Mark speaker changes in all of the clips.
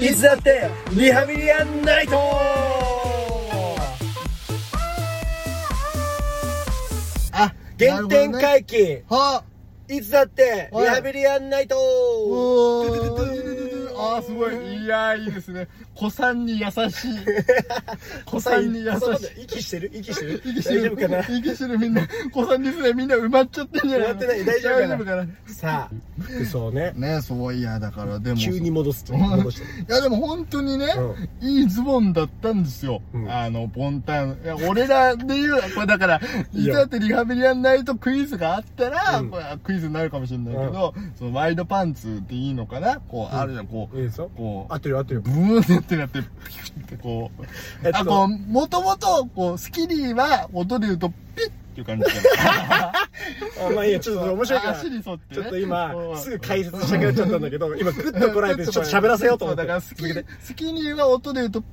Speaker 1: いつだってリハビリアンナイトあ原点回帰、
Speaker 2: はい
Speaker 1: つだって
Speaker 2: はい
Speaker 1: リハビリアンナイト
Speaker 2: おー あーすごいいやーいいですね子さ んに優しい子さんに優しい
Speaker 1: そこで息してる息してる
Speaker 2: 息して
Speaker 1: 大丈
Speaker 2: る
Speaker 1: 夫かな
Speaker 2: 息してるみんな子さんですねみんな埋まっちゃってんじゃないの
Speaker 1: 埋まってない大丈夫かな
Speaker 2: 大丈夫か
Speaker 1: さあそうね
Speaker 2: なねそういやだからでも
Speaker 1: 急に戻すと戻して
Speaker 2: いやでも本当にね、
Speaker 1: う
Speaker 2: いいズボンだったんですよ。
Speaker 1: うん
Speaker 2: あの、ボンタン。いや俺らで言う、これだから、
Speaker 1: い
Speaker 2: い
Speaker 1: よ
Speaker 2: つだってリハビリやんないとクイズがあったら、
Speaker 1: うん
Speaker 2: これクイズになるかもしれないけど、そのワイドパンツっていいのかなこう、あるじゃん、こう、
Speaker 1: いいですよ
Speaker 2: こう
Speaker 1: 合、ってるよ合ってるよ
Speaker 2: ブーンってやってなって、ピュッてこう。
Speaker 1: えっと
Speaker 2: あ、こう、もともと、こう、スキリーは、音で言うと、ピュッっていう感じだった。
Speaker 1: あ まあいい やちょっとそれ面白いから
Speaker 2: 足に沿ってね、
Speaker 1: ちょっと今
Speaker 2: こう
Speaker 1: すぐ解説したくなっちゃったんだけど今グッとこらえてちょっと喋らせようと思って
Speaker 2: そうだから好き好きには音で言うとピ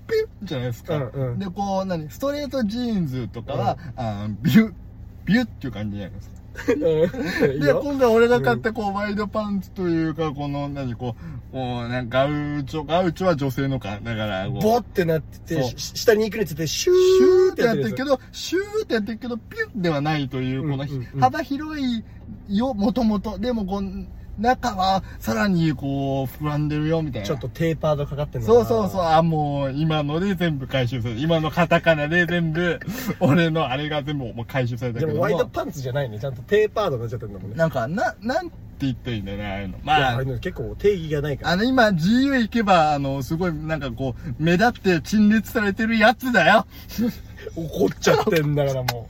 Speaker 2: ュッじゃないですか、
Speaker 1: うんうん
Speaker 2: でこう何ストレートジーンズとかは、あービュッビュッっていう感じじゃないですか
Speaker 1: うんいい
Speaker 2: で
Speaker 1: よ
Speaker 2: 今回俺が買ったこう、ワイドパンツというかこの何こうこうなんかガウチョガウチョは女性のかだからこう
Speaker 1: ボってなってて
Speaker 2: そう
Speaker 1: し下に行くについてシュ
Speaker 2: シ
Speaker 1: ーっ
Speaker 2: ューってて
Speaker 1: や
Speaker 2: や
Speaker 1: っ
Speaker 2: ってて
Speaker 1: る
Speaker 2: るけど、シューってやってるけど、ピュッではないという、この
Speaker 1: うんうんうん
Speaker 2: 幅広いよ、もともと。でも、こう、中はさらにこう、膨らんでるよ、みたいな。
Speaker 1: ちょっとテーパードかかってんの
Speaker 2: そうそうそう。
Speaker 1: う
Speaker 2: あ、もう、今ので全部回収された。今のカタカナで全 部、俺のあれが全部もう回収されたけ
Speaker 1: でも
Speaker 2: ども。
Speaker 1: ワイドパンツじゃないねちゃんとテーパードになっちゃってるんだもんね
Speaker 2: なんか、な、なんて言ったらいいんだよね、ああいうの。
Speaker 1: いや
Speaker 2: ま
Speaker 1: あ
Speaker 2: あ
Speaker 1: れ、ね結構定義がないから
Speaker 2: あの、今、自由行けば、あの、すごい、なんかこう、目立って陳列されてるやつだよ。
Speaker 1: 怒っちゃってんだからも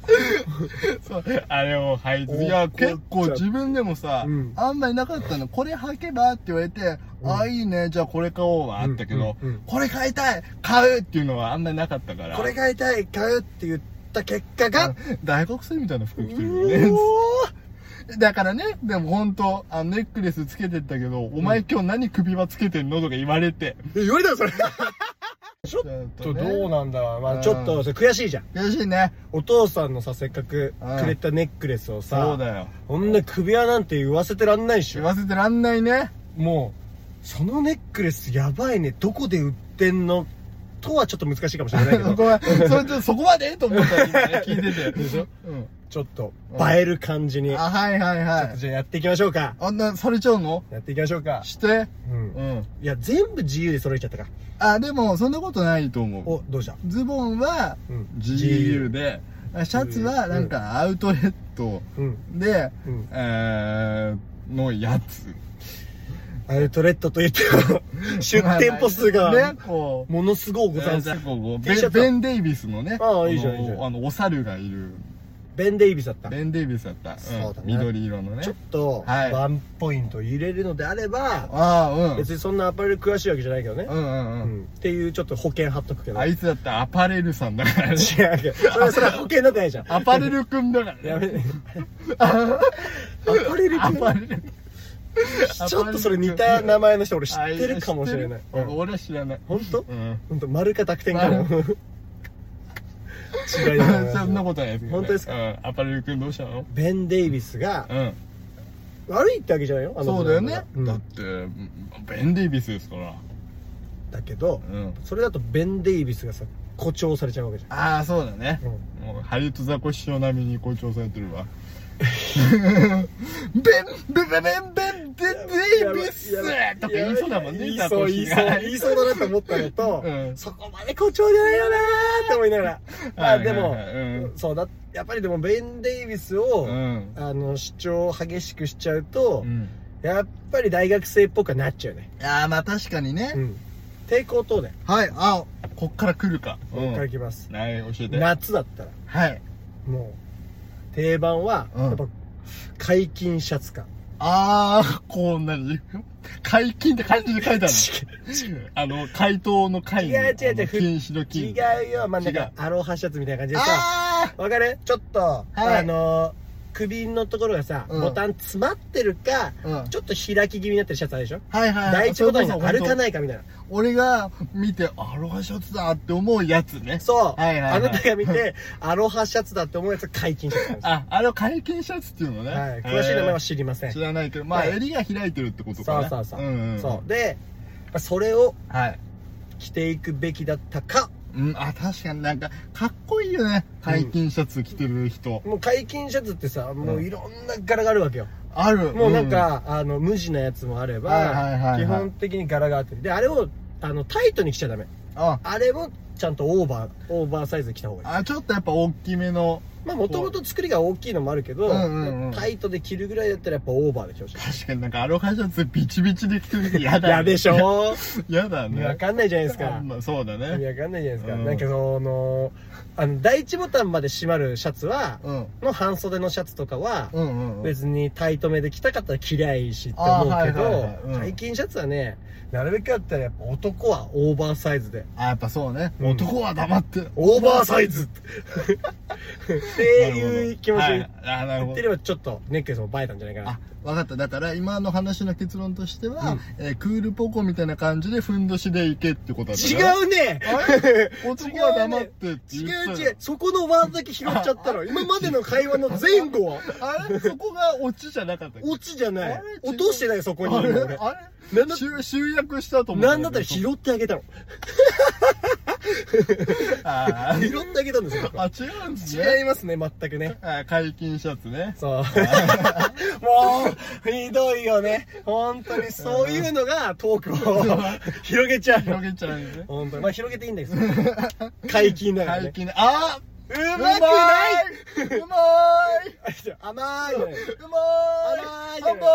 Speaker 2: そうあれを履いて、いや、
Speaker 1: 怒っちゃう
Speaker 2: 結構自分でもさ、
Speaker 1: うん
Speaker 2: あんまりなかったの、これ履けばって言われて、
Speaker 1: うん
Speaker 2: ああ、いいね、じゃあこれ買おうはあったけど、
Speaker 1: うんうんうん
Speaker 2: これ買いたい買うっていうのはあんまりなかったか
Speaker 1: う
Speaker 2: ら。
Speaker 1: これ買いたい買うって言った結果
Speaker 2: が
Speaker 1: が
Speaker 2: 大学生みたいな服着てるよ
Speaker 1: う
Speaker 2: ね。
Speaker 1: おー
Speaker 2: だからね、でもほんと、あのネックレスつけてったけど、お前今日何首輪つけてんのとか言われて。
Speaker 1: え言われたよそれちょっ
Speaker 2: ちょ
Speaker 1: と
Speaker 2: っね
Speaker 1: どうなんだろうま
Speaker 2: う
Speaker 1: あ
Speaker 2: ん
Speaker 1: ちょっとそれ悔しいじゃん
Speaker 2: 悔しいね。
Speaker 1: お父さんのさせっかく
Speaker 2: うん
Speaker 1: くれたネックレスをさ
Speaker 2: そうだよ。
Speaker 1: こんな首輪なんて言わせてらんないでし
Speaker 2: 言
Speaker 1: ょ
Speaker 2: わせてらんないね。
Speaker 1: もうそのネックレスやばいねどこで売ってんのとはちょっと難しいかもしれないけ
Speaker 2: そ
Speaker 1: ど
Speaker 2: こは、それちょそこまでと思ったら今ね、聞いてて。
Speaker 1: でしょ
Speaker 2: うん。
Speaker 1: ちょっと映える感じに、
Speaker 2: あ、はいはいはい。
Speaker 1: じゃあやっていきましょうか
Speaker 2: あんな、されちゃうの
Speaker 1: やっていきましょうか、
Speaker 2: して。
Speaker 1: うん
Speaker 2: う、ん。
Speaker 1: いや全部自由で揃えちゃったか
Speaker 2: あ、でも、そんなことないと思う。
Speaker 1: おどうした
Speaker 2: ズボンは
Speaker 1: うん、
Speaker 2: GU で、シャツは、なんか、アウトレット
Speaker 1: うん
Speaker 2: で、
Speaker 1: うん
Speaker 2: えー、のやつ。
Speaker 1: アウトレットといっても出店舗数が
Speaker 2: ね、こう。
Speaker 1: ものすごいございます
Speaker 2: こうこう
Speaker 1: T
Speaker 2: ベ
Speaker 1: シャ
Speaker 2: ン
Speaker 1: ツは
Speaker 2: ベン・デイビスのね、
Speaker 1: ああいいじゃんいいじゃん
Speaker 2: あの、お猿がいる。
Speaker 1: ベン・デイビスだった
Speaker 2: ベン・デイビスだった。ん
Speaker 1: そうだね
Speaker 2: 緑色のね
Speaker 1: ちょっ。と
Speaker 2: はい
Speaker 1: ワンポイント入れるのであれば、
Speaker 2: ああ、うん。
Speaker 1: 別にそんなアパレル詳しいわけじゃないけどね
Speaker 2: う、んうん
Speaker 1: う
Speaker 2: うん。
Speaker 1: んっていうちょっと保険貼っとくけど
Speaker 2: あ
Speaker 1: 違う
Speaker 2: いつだったアパレルさんだからね。
Speaker 1: けどそれそれは保険なんてないじゃん
Speaker 2: アパレルくんだからね。
Speaker 1: や めアパレル
Speaker 2: ア
Speaker 1: 君
Speaker 2: パレル。
Speaker 1: ちょっとそれ似た名前の人俺知ってるかもしれない
Speaker 2: 知っ、て
Speaker 1: う
Speaker 2: る
Speaker 1: ん、
Speaker 2: 俺は知らない。
Speaker 1: 本当
Speaker 2: うん。
Speaker 1: 本当丸か濁点かも 違いだと
Speaker 2: そん
Speaker 1: 思
Speaker 2: な
Speaker 1: いま
Speaker 2: ことないですけどね
Speaker 1: 本当ですか
Speaker 2: うん。アパレルくんどうしたの
Speaker 1: すベン・デイビスが
Speaker 2: うん。
Speaker 1: 悪いってわけじゃないよあの
Speaker 2: そうだよね。
Speaker 1: うん
Speaker 2: だって、ベン・デイビスですから。
Speaker 1: だけど
Speaker 2: うん。
Speaker 1: それだとベン・デイビスがさ誇張されちゃうわけじゃん
Speaker 2: ああ、そうだね。
Speaker 1: うん
Speaker 2: もうハリウッドザコシショウ並みに誇張されてるわ。ベン、ベン、ベン、ベン、ベン、デイビスとか言いそうだもんね、
Speaker 1: 言い
Speaker 2: ザ
Speaker 1: そう
Speaker 2: コ
Speaker 1: 言
Speaker 2: シ
Speaker 1: い
Speaker 2: シ
Speaker 1: そう
Speaker 2: が
Speaker 1: 言いそうだなと思ったのと、
Speaker 2: うん
Speaker 1: そこまで誇張じゃないよなーって思いながらまあ
Speaker 2: はい
Speaker 1: で
Speaker 2: はい
Speaker 1: も、
Speaker 2: はいうん
Speaker 1: そうだやっぱりでもベン・デイビスを、
Speaker 2: うん
Speaker 1: あの主張を激しくしちゃうと、
Speaker 2: うん。
Speaker 1: やっぱり大学生っぽくはなっちゃうね
Speaker 2: ああ、まあ確かにね
Speaker 1: う。ん抵抗等で
Speaker 2: はい、あ、こっから来るか。
Speaker 1: こっから
Speaker 2: はい、
Speaker 1: きます、
Speaker 2: 教えて。
Speaker 1: 夏だったら
Speaker 2: はい。
Speaker 1: もう定番は、
Speaker 2: うん
Speaker 1: やっぱ解禁シャツか
Speaker 2: ああ、こうなに、解禁って漢字で書いてあるの。あの、解凍の解に。
Speaker 1: 違う違う違う
Speaker 2: あの禁止の禁。
Speaker 1: 違うよ真ん
Speaker 2: 違
Speaker 1: 中
Speaker 2: う
Speaker 1: アロハシャツみたいな感じでさ
Speaker 2: あ
Speaker 1: わかるちょっと、
Speaker 2: はい
Speaker 1: あの首のところがさ、
Speaker 2: うん
Speaker 1: ボタン詰まってるか、
Speaker 2: あ。うん。
Speaker 1: ちょっと開き気味になってるシャツあるでしょ
Speaker 2: はいはい。
Speaker 1: 第一ボタンが歩か
Speaker 2: い
Speaker 1: ないかみたいな
Speaker 2: 俺が見てアロハシャツだって思うやつね
Speaker 1: そう、
Speaker 2: はいはいはい
Speaker 1: あなたが見てアロハシャツだって思うやつが解禁シャツなんです
Speaker 2: ああの解禁シャツっていうのね、
Speaker 1: はい、詳しい名前は
Speaker 2: 知
Speaker 1: 知りません、
Speaker 2: 知らないけどまあ、
Speaker 1: はい
Speaker 2: 襟が開いてるってことか
Speaker 1: そう
Speaker 2: ね
Speaker 1: そうそう、
Speaker 2: んん、
Speaker 1: そうであそれを
Speaker 2: はい。
Speaker 1: 着ていくべきだったか
Speaker 2: うん、あ、確かになんか、かっこいいよね。解禁シャツ着てる人。
Speaker 1: もう解禁シャツってさもううんいろんな柄があるわけよ、
Speaker 2: ある。
Speaker 1: もうなんか、あの無地なやつもあれば、
Speaker 2: はいはいはいはい
Speaker 1: 基本的に柄があってであれをあのタイトに着ちゃダメ
Speaker 2: うん、あ、
Speaker 1: あれもちゃんとオーバーオーバーサイズで着た方がいい
Speaker 2: あ、ちょっとやっぱ大きめの。
Speaker 1: まあもともと作りが大きいのもあるけど、
Speaker 2: うんうんうん
Speaker 1: タイトで着るぐらいだったらやっぱオーバーで着てほしい
Speaker 2: 確かになんかアロハシャツビチビチで着てる人嫌だ、ね。
Speaker 1: 嫌でしょ
Speaker 2: 嫌だね。
Speaker 1: わかんないじゃないですか
Speaker 2: あまあそうだ
Speaker 1: 意味わか
Speaker 2: ね。
Speaker 1: んないじゃないですか、
Speaker 2: うん
Speaker 1: なんかそのあの第一ボタンまで閉まるシャツは、
Speaker 2: うん。
Speaker 1: の半袖のシャツとかは、
Speaker 2: うんうんうん。
Speaker 1: 別にタイトめで着たかったら着りゃいいしって思うけ
Speaker 2: あーはい
Speaker 1: ど
Speaker 2: はいはいうん
Speaker 1: 解禁シャツはねなるべくあったらやっぱ男はオーバーサイズで
Speaker 2: あ、やっぱそうね。
Speaker 1: うん
Speaker 2: 男は黙って。
Speaker 1: オーバーサイズっていう気持ち
Speaker 2: な
Speaker 1: で
Speaker 2: るほどはいあ、なる
Speaker 1: 言
Speaker 2: ほ
Speaker 1: って
Speaker 2: ど。
Speaker 1: ればちょっとネックレスも映えたんじゃないかな
Speaker 2: あ、わかった。だから今の話の結論としては、
Speaker 1: うん
Speaker 2: えークールポコみたいな感じでふんどしでいけってことだね。
Speaker 1: 違うね
Speaker 2: あれ男は黙ってって
Speaker 1: 違
Speaker 2: 言ってた
Speaker 1: う
Speaker 2: よ
Speaker 1: 違うそこのワードだけ拾っちゃったの今までの会話の前後は
Speaker 2: あれそこがオチじゃなかったっけ
Speaker 1: オチじゃな
Speaker 2: あ
Speaker 1: い
Speaker 2: れ違う
Speaker 1: 落としてないそこに
Speaker 2: あれ
Speaker 1: 俺
Speaker 2: あ
Speaker 1: なんだ
Speaker 2: れ集集約したと思う。
Speaker 1: なんだったら拾ってあげたの
Speaker 2: あ ー
Speaker 1: 拾ってあげたんですよ
Speaker 2: あ、違うんですね。
Speaker 1: 違いますね全くね
Speaker 2: あ解禁シャツね。
Speaker 1: そう。もう、ひどいよね。本当に、そういうのがトークを 広げちゃうの
Speaker 2: 広。げちゃうんですね。
Speaker 1: 本当に。まあ、広げていいんだけど、解禁だから
Speaker 2: 解
Speaker 1: ね。
Speaker 2: 禁ね。あ
Speaker 1: う
Speaker 2: う
Speaker 1: まくないう
Speaker 2: まーいうまーい
Speaker 1: 甘いのよ
Speaker 2: う
Speaker 1: 甘い
Speaker 2: まーい
Speaker 1: ね
Speaker 2: ハンバ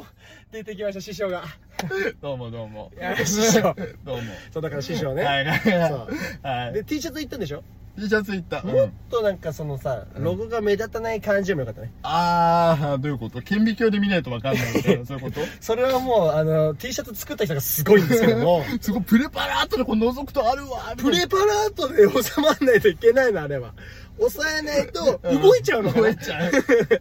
Speaker 2: ー
Speaker 1: 出てきました、師匠が。
Speaker 2: グ どうもどうも
Speaker 1: い。や師匠
Speaker 2: どうも。
Speaker 1: そう、だから師匠
Speaker 2: はい
Speaker 1: ね。
Speaker 2: はい
Speaker 1: そう
Speaker 2: はい。は
Speaker 1: で、
Speaker 2: い。
Speaker 1: T シャツ行ったんでしょ
Speaker 2: T シャツいった。う
Speaker 1: もっ
Speaker 2: ん。
Speaker 1: となんかそのさ、
Speaker 2: うん
Speaker 1: ロゴが目立たない感じでもよかったね。
Speaker 2: あー、どういうこと顕微鏡で見ないとわかんないみ たいな、そういうこと
Speaker 1: それはもう、あの、T シャツ作った人がすごいんですけども、
Speaker 2: すごい、プレパラートでこう覗くとあるわ。
Speaker 1: プレパラートで収まんないといけないの、あれは。抑えないと、
Speaker 2: うん
Speaker 1: 動いちゃうのか
Speaker 2: 動
Speaker 1: ない
Speaker 2: ちゃう。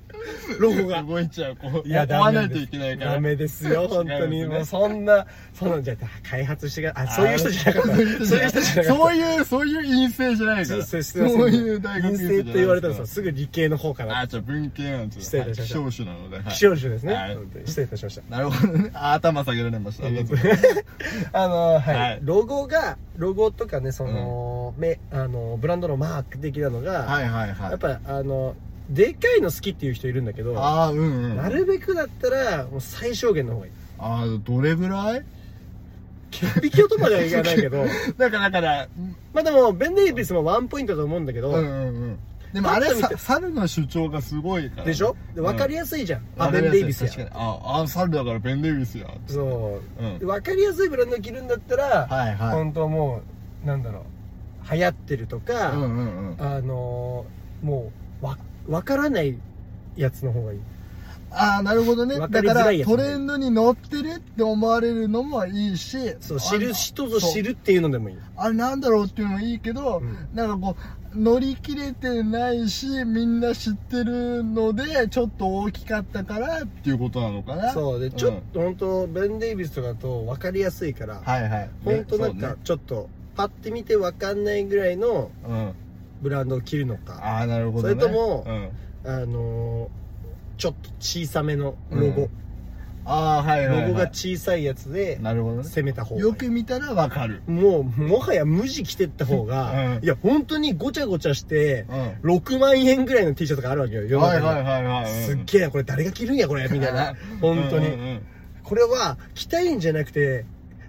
Speaker 1: ロゴが。
Speaker 2: 動いちゃう。こう、
Speaker 1: いや、
Speaker 2: 追
Speaker 1: ダ
Speaker 2: わ
Speaker 1: メ
Speaker 2: な
Speaker 1: です
Speaker 2: いといけないから。
Speaker 1: ダメですよ、本当に。
Speaker 2: 違いますね
Speaker 1: もうそんな、そんなんじゃ、開発してが、あ、そういう人じゃなかった。そういう人じゃなかった。
Speaker 2: そういう、そういう陰性じゃないから。
Speaker 1: そう
Speaker 2: そういう大学
Speaker 1: 陰性って言われたらさ、
Speaker 2: す
Speaker 1: すぐ理系の方か
Speaker 2: あ
Speaker 1: な。
Speaker 2: ー、じゃあ文系なんですよ。
Speaker 1: 失礼いたしました
Speaker 2: はい希少種なので。はい
Speaker 1: 気象種ですね
Speaker 2: はい。
Speaker 1: 失礼いたしました。
Speaker 2: なるほどね。あー頭下げられました。ありがとうございます。
Speaker 1: あの、は
Speaker 2: はいい。
Speaker 1: ロゴが、ロゴとかね、その、め、あの、ブランドのマーク的なのが、
Speaker 2: はいはいはい。
Speaker 1: やっぱ、あの、でかいの好きっていう人いるんだけど、
Speaker 2: ああ、うんうん。
Speaker 1: なるべくだったら、もう最小限の方がいい。
Speaker 2: ああ、どれぐらい
Speaker 1: 一匹男まではいかないけ ど、
Speaker 2: だから、だから、
Speaker 1: まあでも、ベン・デイビスもワンポイントだと思うんだけど、
Speaker 2: うんうんうん。でもあれ
Speaker 1: パッと見
Speaker 2: さ
Speaker 1: て、
Speaker 2: 猿の主張がすごいからね。
Speaker 1: でしょで
Speaker 2: うん
Speaker 1: 分かりやすいじゃん。あ、
Speaker 2: わか
Speaker 1: ベ
Speaker 2: り
Speaker 1: ン・
Speaker 2: やす
Speaker 1: デ
Speaker 2: い
Speaker 1: イビスや。
Speaker 2: 確かに。ああ、猿だからベン・デイビスや。
Speaker 1: そうう。
Speaker 2: ん。
Speaker 1: 分かりやすいブランド着るんだったら、
Speaker 2: はいはい。
Speaker 1: 本当もう、なんだろう、流行ってるとか、
Speaker 2: うんうんうん。
Speaker 1: あのーもう、わ、分からないやつの方がいい。
Speaker 2: ああ、なるほどね。
Speaker 1: わか
Speaker 2: だか
Speaker 1: りづ
Speaker 2: ら、
Speaker 1: らいやつね
Speaker 2: トレンドに乗ってるって思われるのもいいし、
Speaker 1: そう、
Speaker 2: あ
Speaker 1: 知る人ぞ知
Speaker 2: そう
Speaker 1: るっていうのでもいい。
Speaker 2: あれなんだろうっていうのもいいけど、
Speaker 1: うん
Speaker 2: なんかこう、乗り切れてないし、みんな知ってるので、ちょっと大きかったからっていうことなのかな。
Speaker 1: そう、で、ちょっと、本当ベン・デイビスとかだと分かりやすいから、
Speaker 2: はいはい。
Speaker 1: 本当なん
Speaker 2: ね
Speaker 1: か、ちょっと、パッて見て分かんないぐらいの
Speaker 2: そうね
Speaker 1: ブランドを着るの
Speaker 2: うん。
Speaker 1: か、
Speaker 2: ああ、なるほど、ね。
Speaker 1: それとも
Speaker 2: うん、
Speaker 1: あのーちょっと小さめのロゴ、
Speaker 2: うんああ、はいはい、はい。
Speaker 1: ロゴが小さいやつで
Speaker 2: なるほどね。
Speaker 1: 攻めた方がいい
Speaker 2: よく見たらわかる。
Speaker 1: もうもはや無地着てった方が、
Speaker 2: うん
Speaker 1: いや本当にごちゃごちゃして
Speaker 2: うん。は
Speaker 1: 6万円ぐらいの T シャツがあるわけよ
Speaker 2: い
Speaker 1: 世の
Speaker 2: は
Speaker 1: 中
Speaker 2: い
Speaker 1: に
Speaker 2: はいはい。うん
Speaker 1: すっげえなこれ誰が着るんやこれみたいな本当に、
Speaker 2: うんうんうん
Speaker 1: これは着たいんじゃなくて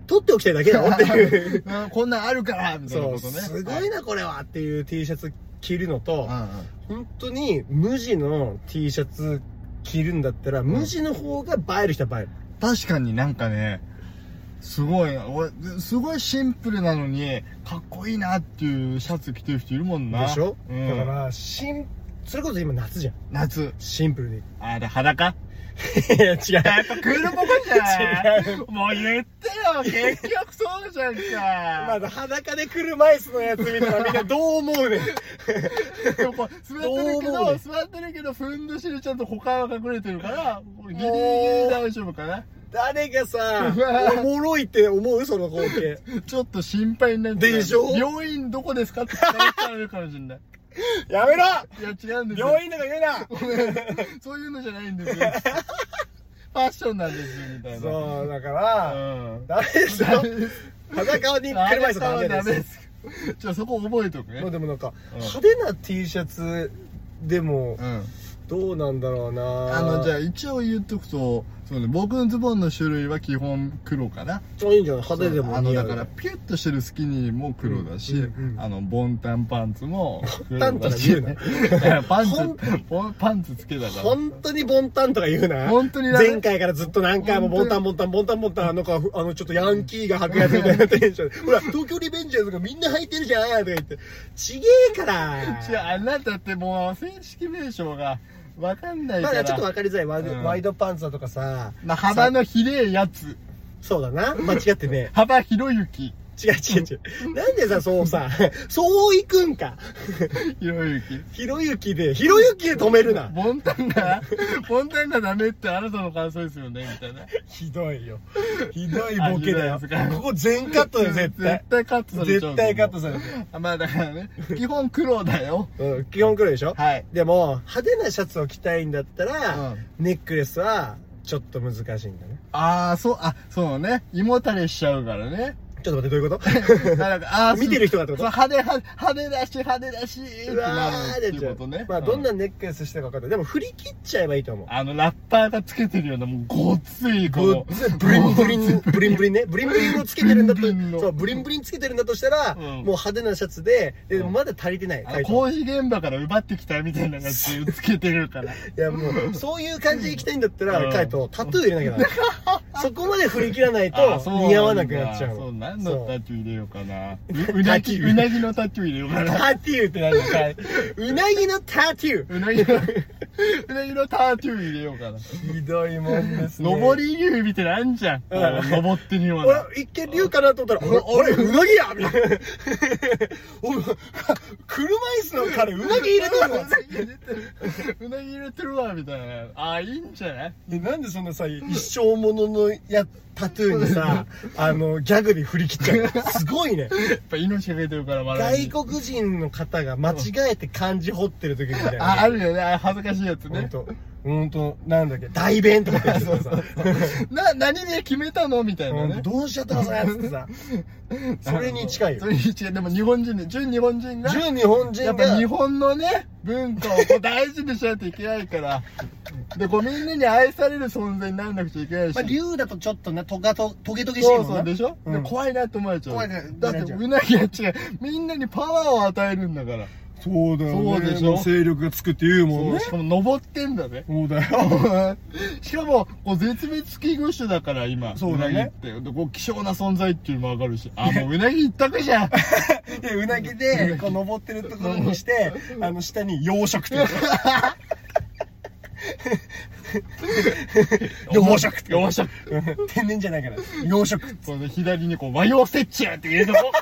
Speaker 1: 取っておきたいだけだ ろっていう
Speaker 2: うんこんなんあるからみたいな
Speaker 1: そ
Speaker 2: こ
Speaker 1: う
Speaker 2: とね。
Speaker 1: すごいなこれはっていう T シャツ着るのと、
Speaker 2: はい。うんう
Speaker 1: 本
Speaker 2: ん
Speaker 1: 当に無地の T シャツ着るんだったら、無地の方が映える人は映える
Speaker 2: 確かになんかねすごいな俺すごいシンプルなのにかっこいいなっていうシャツ着てる人いるもんな
Speaker 1: でしょ、
Speaker 2: うん、
Speaker 1: だからシンそれこそ今夏じゃん
Speaker 2: 夏
Speaker 1: シンプル でいい
Speaker 2: あれ裸
Speaker 1: いや違う
Speaker 2: やっぱクールポコじゃん
Speaker 1: 違
Speaker 2: もう言ってよ結局そうじゃん
Speaker 1: ま
Speaker 2: か、
Speaker 1: だ裸で車椅子のやつ見たらみんなどう思う ねんど
Speaker 2: でもこう座ってるけ
Speaker 1: う思
Speaker 2: ど
Speaker 1: う
Speaker 2: 座ってるけどふんどしでちゃんと股間は隠れてるからギリギリ大丈夫かな
Speaker 1: 誰がさおもろいって思うその光景
Speaker 2: ちょっと心配になっちゃう
Speaker 1: でしょ
Speaker 2: 病院どこですかって聞かれるかもしれない
Speaker 1: やめろ
Speaker 2: いや違うんですよ
Speaker 1: 病院とか言うな
Speaker 2: そういうのじゃないんですよ。ファッションなんですよみたい な
Speaker 1: そうだか
Speaker 2: う
Speaker 1: ら
Speaker 2: ん
Speaker 1: ダメですよ裸に車椅子ダメ
Speaker 2: あれはダメ
Speaker 1: で
Speaker 2: ですすじゃあそこ覚えとくね
Speaker 1: まあでもなんか
Speaker 2: うん
Speaker 1: 派手な T シャツでも
Speaker 2: うん
Speaker 1: どうなんだろうな
Speaker 2: あのじゃあ一応言っとくとそう、ね、僕のズボンの種類は基本黒かな
Speaker 1: あいいんじゃない派手でも
Speaker 2: あの
Speaker 1: 似合
Speaker 2: だ
Speaker 1: う
Speaker 2: からピュッとしてるスキニーも黒だし、
Speaker 1: うんうんうん
Speaker 2: あのボンタンパンツも黒
Speaker 1: ボンタンと
Speaker 2: だ
Speaker 1: か
Speaker 2: し
Speaker 1: 言うな
Speaker 2: いやパンツ
Speaker 1: ほん
Speaker 2: ボンパンツつけたから
Speaker 1: 本当にボンタンとか言うな
Speaker 2: 本当にダメ
Speaker 1: 前回からずっと何回もボンタンボンタンボンタンボンタンあの子はあのちょっとヤンキーが履くやつみたいなテンション でほら東京リベンジャーズがみんな履いてるじゃんとか言ってちげえから
Speaker 2: 違うあなたってもう正式名称がわかんない
Speaker 1: ま
Speaker 2: か
Speaker 1: あ
Speaker 2: ら、
Speaker 1: ちょっとわかりづらいワイド,、
Speaker 2: うん
Speaker 1: ワイドパンツだとかさ
Speaker 2: まあ幅のひれえやつ
Speaker 1: そうだな間違ってね
Speaker 2: 幅ひろゆき
Speaker 1: 違う違う違うなんでさそうさそういくんか
Speaker 2: ひろゆき
Speaker 1: ひろゆきでひろゆきで止めるな
Speaker 2: ボンタンがボンタンがダメってあなたの感想ですよねみ たいな
Speaker 1: ひどいよひどいボケだよ
Speaker 2: あひどいやつか
Speaker 1: ここ全カットだよ絶対
Speaker 2: 絶対カットされちゃ
Speaker 1: 絶
Speaker 2: う
Speaker 1: 対カットされて
Speaker 2: あまあだからね基本黒だよ
Speaker 1: うん基本黒いでしょ
Speaker 2: はい
Speaker 1: でも派手なシャツを着たいんだったら、
Speaker 2: うん
Speaker 1: ネックレスはちょっと難しいんだね
Speaker 2: ああそうあそうね胃もたれしちゃうか らね
Speaker 1: ちょっと待ってどういうこと
Speaker 2: なんかあー
Speaker 1: 見てる人がってこと
Speaker 2: そう派手派派手だし派手だしーって
Speaker 1: うわ
Speaker 2: な
Speaker 1: ー
Speaker 2: る
Speaker 1: で
Speaker 2: っていうことね
Speaker 1: まあどん
Speaker 2: う
Speaker 1: なネックレスしてるか分かんないでも振り切っちゃえばいいと思う
Speaker 2: あのラッパーがつけてるようなもうごっついこの
Speaker 1: ブリンブリンブリンブリンねブリンブリンをつけてるんだと
Speaker 2: ブリンブリンの
Speaker 1: そうブリンブリンつけてるんだとしたら、
Speaker 2: うん
Speaker 1: もう派手なシャツでで
Speaker 2: うん
Speaker 1: まだ足りてない、
Speaker 2: あ
Speaker 1: タイト
Speaker 2: 工事現場から奪ってきたみたいな感じでつけてる から
Speaker 1: いやもう そういう感じで行きたいんだったら、
Speaker 2: うん
Speaker 1: カイトタトゥー入れ なきゃなそこまで振り切らないと
Speaker 2: あそうなんだ
Speaker 1: 似合わなくなっちゃう
Speaker 2: そ
Speaker 1: の
Speaker 2: う何のタトゥー入れようかなうう
Speaker 1: タ
Speaker 2: な
Speaker 1: ト
Speaker 2: ぎ
Speaker 1: ゥー
Speaker 2: うなぎのタトゥー入れようかな
Speaker 1: タトゥーって何かいうなぎのタトゥー
Speaker 2: う なぎのうなぎのタトゥー入れようかな
Speaker 1: ひどいもんですね
Speaker 2: 上り竜みたいなのあんじゃん
Speaker 1: うん
Speaker 2: 登ってるような
Speaker 1: 俺一見竜かなと思ったら「あれうなぎや!」みたいな「お車椅子の彼うなぎ入れとるわ」
Speaker 2: うなぎ入れてるわみたいなあいいんじゃない
Speaker 1: えなんでそんなさ一生もののやタトゥーにさあのギャグで振り切っちゃう のすごいね
Speaker 2: やっぱ命かけてるから笑い
Speaker 1: 外国人の方が間違えて漢字彫ってる時みたい
Speaker 2: ああ
Speaker 1: な
Speaker 2: るよねあ恥ずかしいやつ
Speaker 1: 本
Speaker 2: ね
Speaker 1: 当本当なんだっけ大弁とかって言って さ
Speaker 2: な何で決めたのみたいな
Speaker 1: う
Speaker 2: ね
Speaker 1: んどうしちゃったのそれって さそれに近いよ
Speaker 2: それに近いでも日本人で純日本人が
Speaker 1: 純日本
Speaker 2: や
Speaker 1: 人
Speaker 2: っぱ
Speaker 1: が
Speaker 2: 日本のね文化をこう大事にしないといけないからでこうみんなに愛される存在にならなくちゃいけないし、
Speaker 1: まあ、竜だとちょっとね、とがと、トゲトゲしい
Speaker 2: そう
Speaker 1: もん
Speaker 2: そう
Speaker 1: な
Speaker 2: でしょ、
Speaker 1: うん
Speaker 2: で怖いなって思われちゃう
Speaker 1: 怖いな
Speaker 2: だってうなぎは違うみんなにパワーを与えるんだから
Speaker 1: そうだ
Speaker 2: よね
Speaker 1: そうでし
Speaker 2: も
Speaker 1: ょ。
Speaker 2: う
Speaker 1: 勢力がつくって言う
Speaker 2: そうしかも登ってんだ ぜ
Speaker 1: そうだよ。
Speaker 2: しかもこう絶滅危惧種だから今
Speaker 1: そうだね
Speaker 2: うなぎってでこう希少な存在っていうのも分かるしあもううなぎ一択じ ゃん
Speaker 1: で、うなぎで、こう、登ってるところにして、あの、下に養殖って。養殖って。
Speaker 2: 養殖
Speaker 1: うん天然じゃないから。養殖。
Speaker 2: この左にこう和洋折衷って入れとこ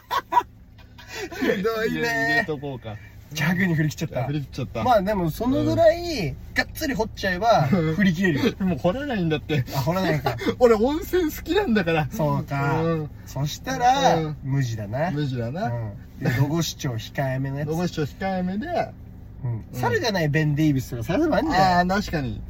Speaker 2: う
Speaker 1: ひどいね
Speaker 2: 入れとこうか
Speaker 1: ギャグに振り切っちゃっ
Speaker 2: 振り切っちゃった
Speaker 1: た。まあ、でも、そのぐらい、がっつり掘っちゃえば、振り切れるよ。
Speaker 2: もう掘らないんだって
Speaker 1: あ、掘らないか。
Speaker 2: 俺温泉好きなんだから
Speaker 1: そうか
Speaker 2: うん。
Speaker 1: そしたら
Speaker 2: うん、
Speaker 1: 無地だな。
Speaker 2: 無地だな
Speaker 1: うん。で、ロゴ主張控えめのやつ
Speaker 2: ロ。ゴショ控えめで
Speaker 1: うん猿がないベン・デイビスとか猿もあんじ
Speaker 2: あ
Speaker 1: ゃ
Speaker 2: あ確かに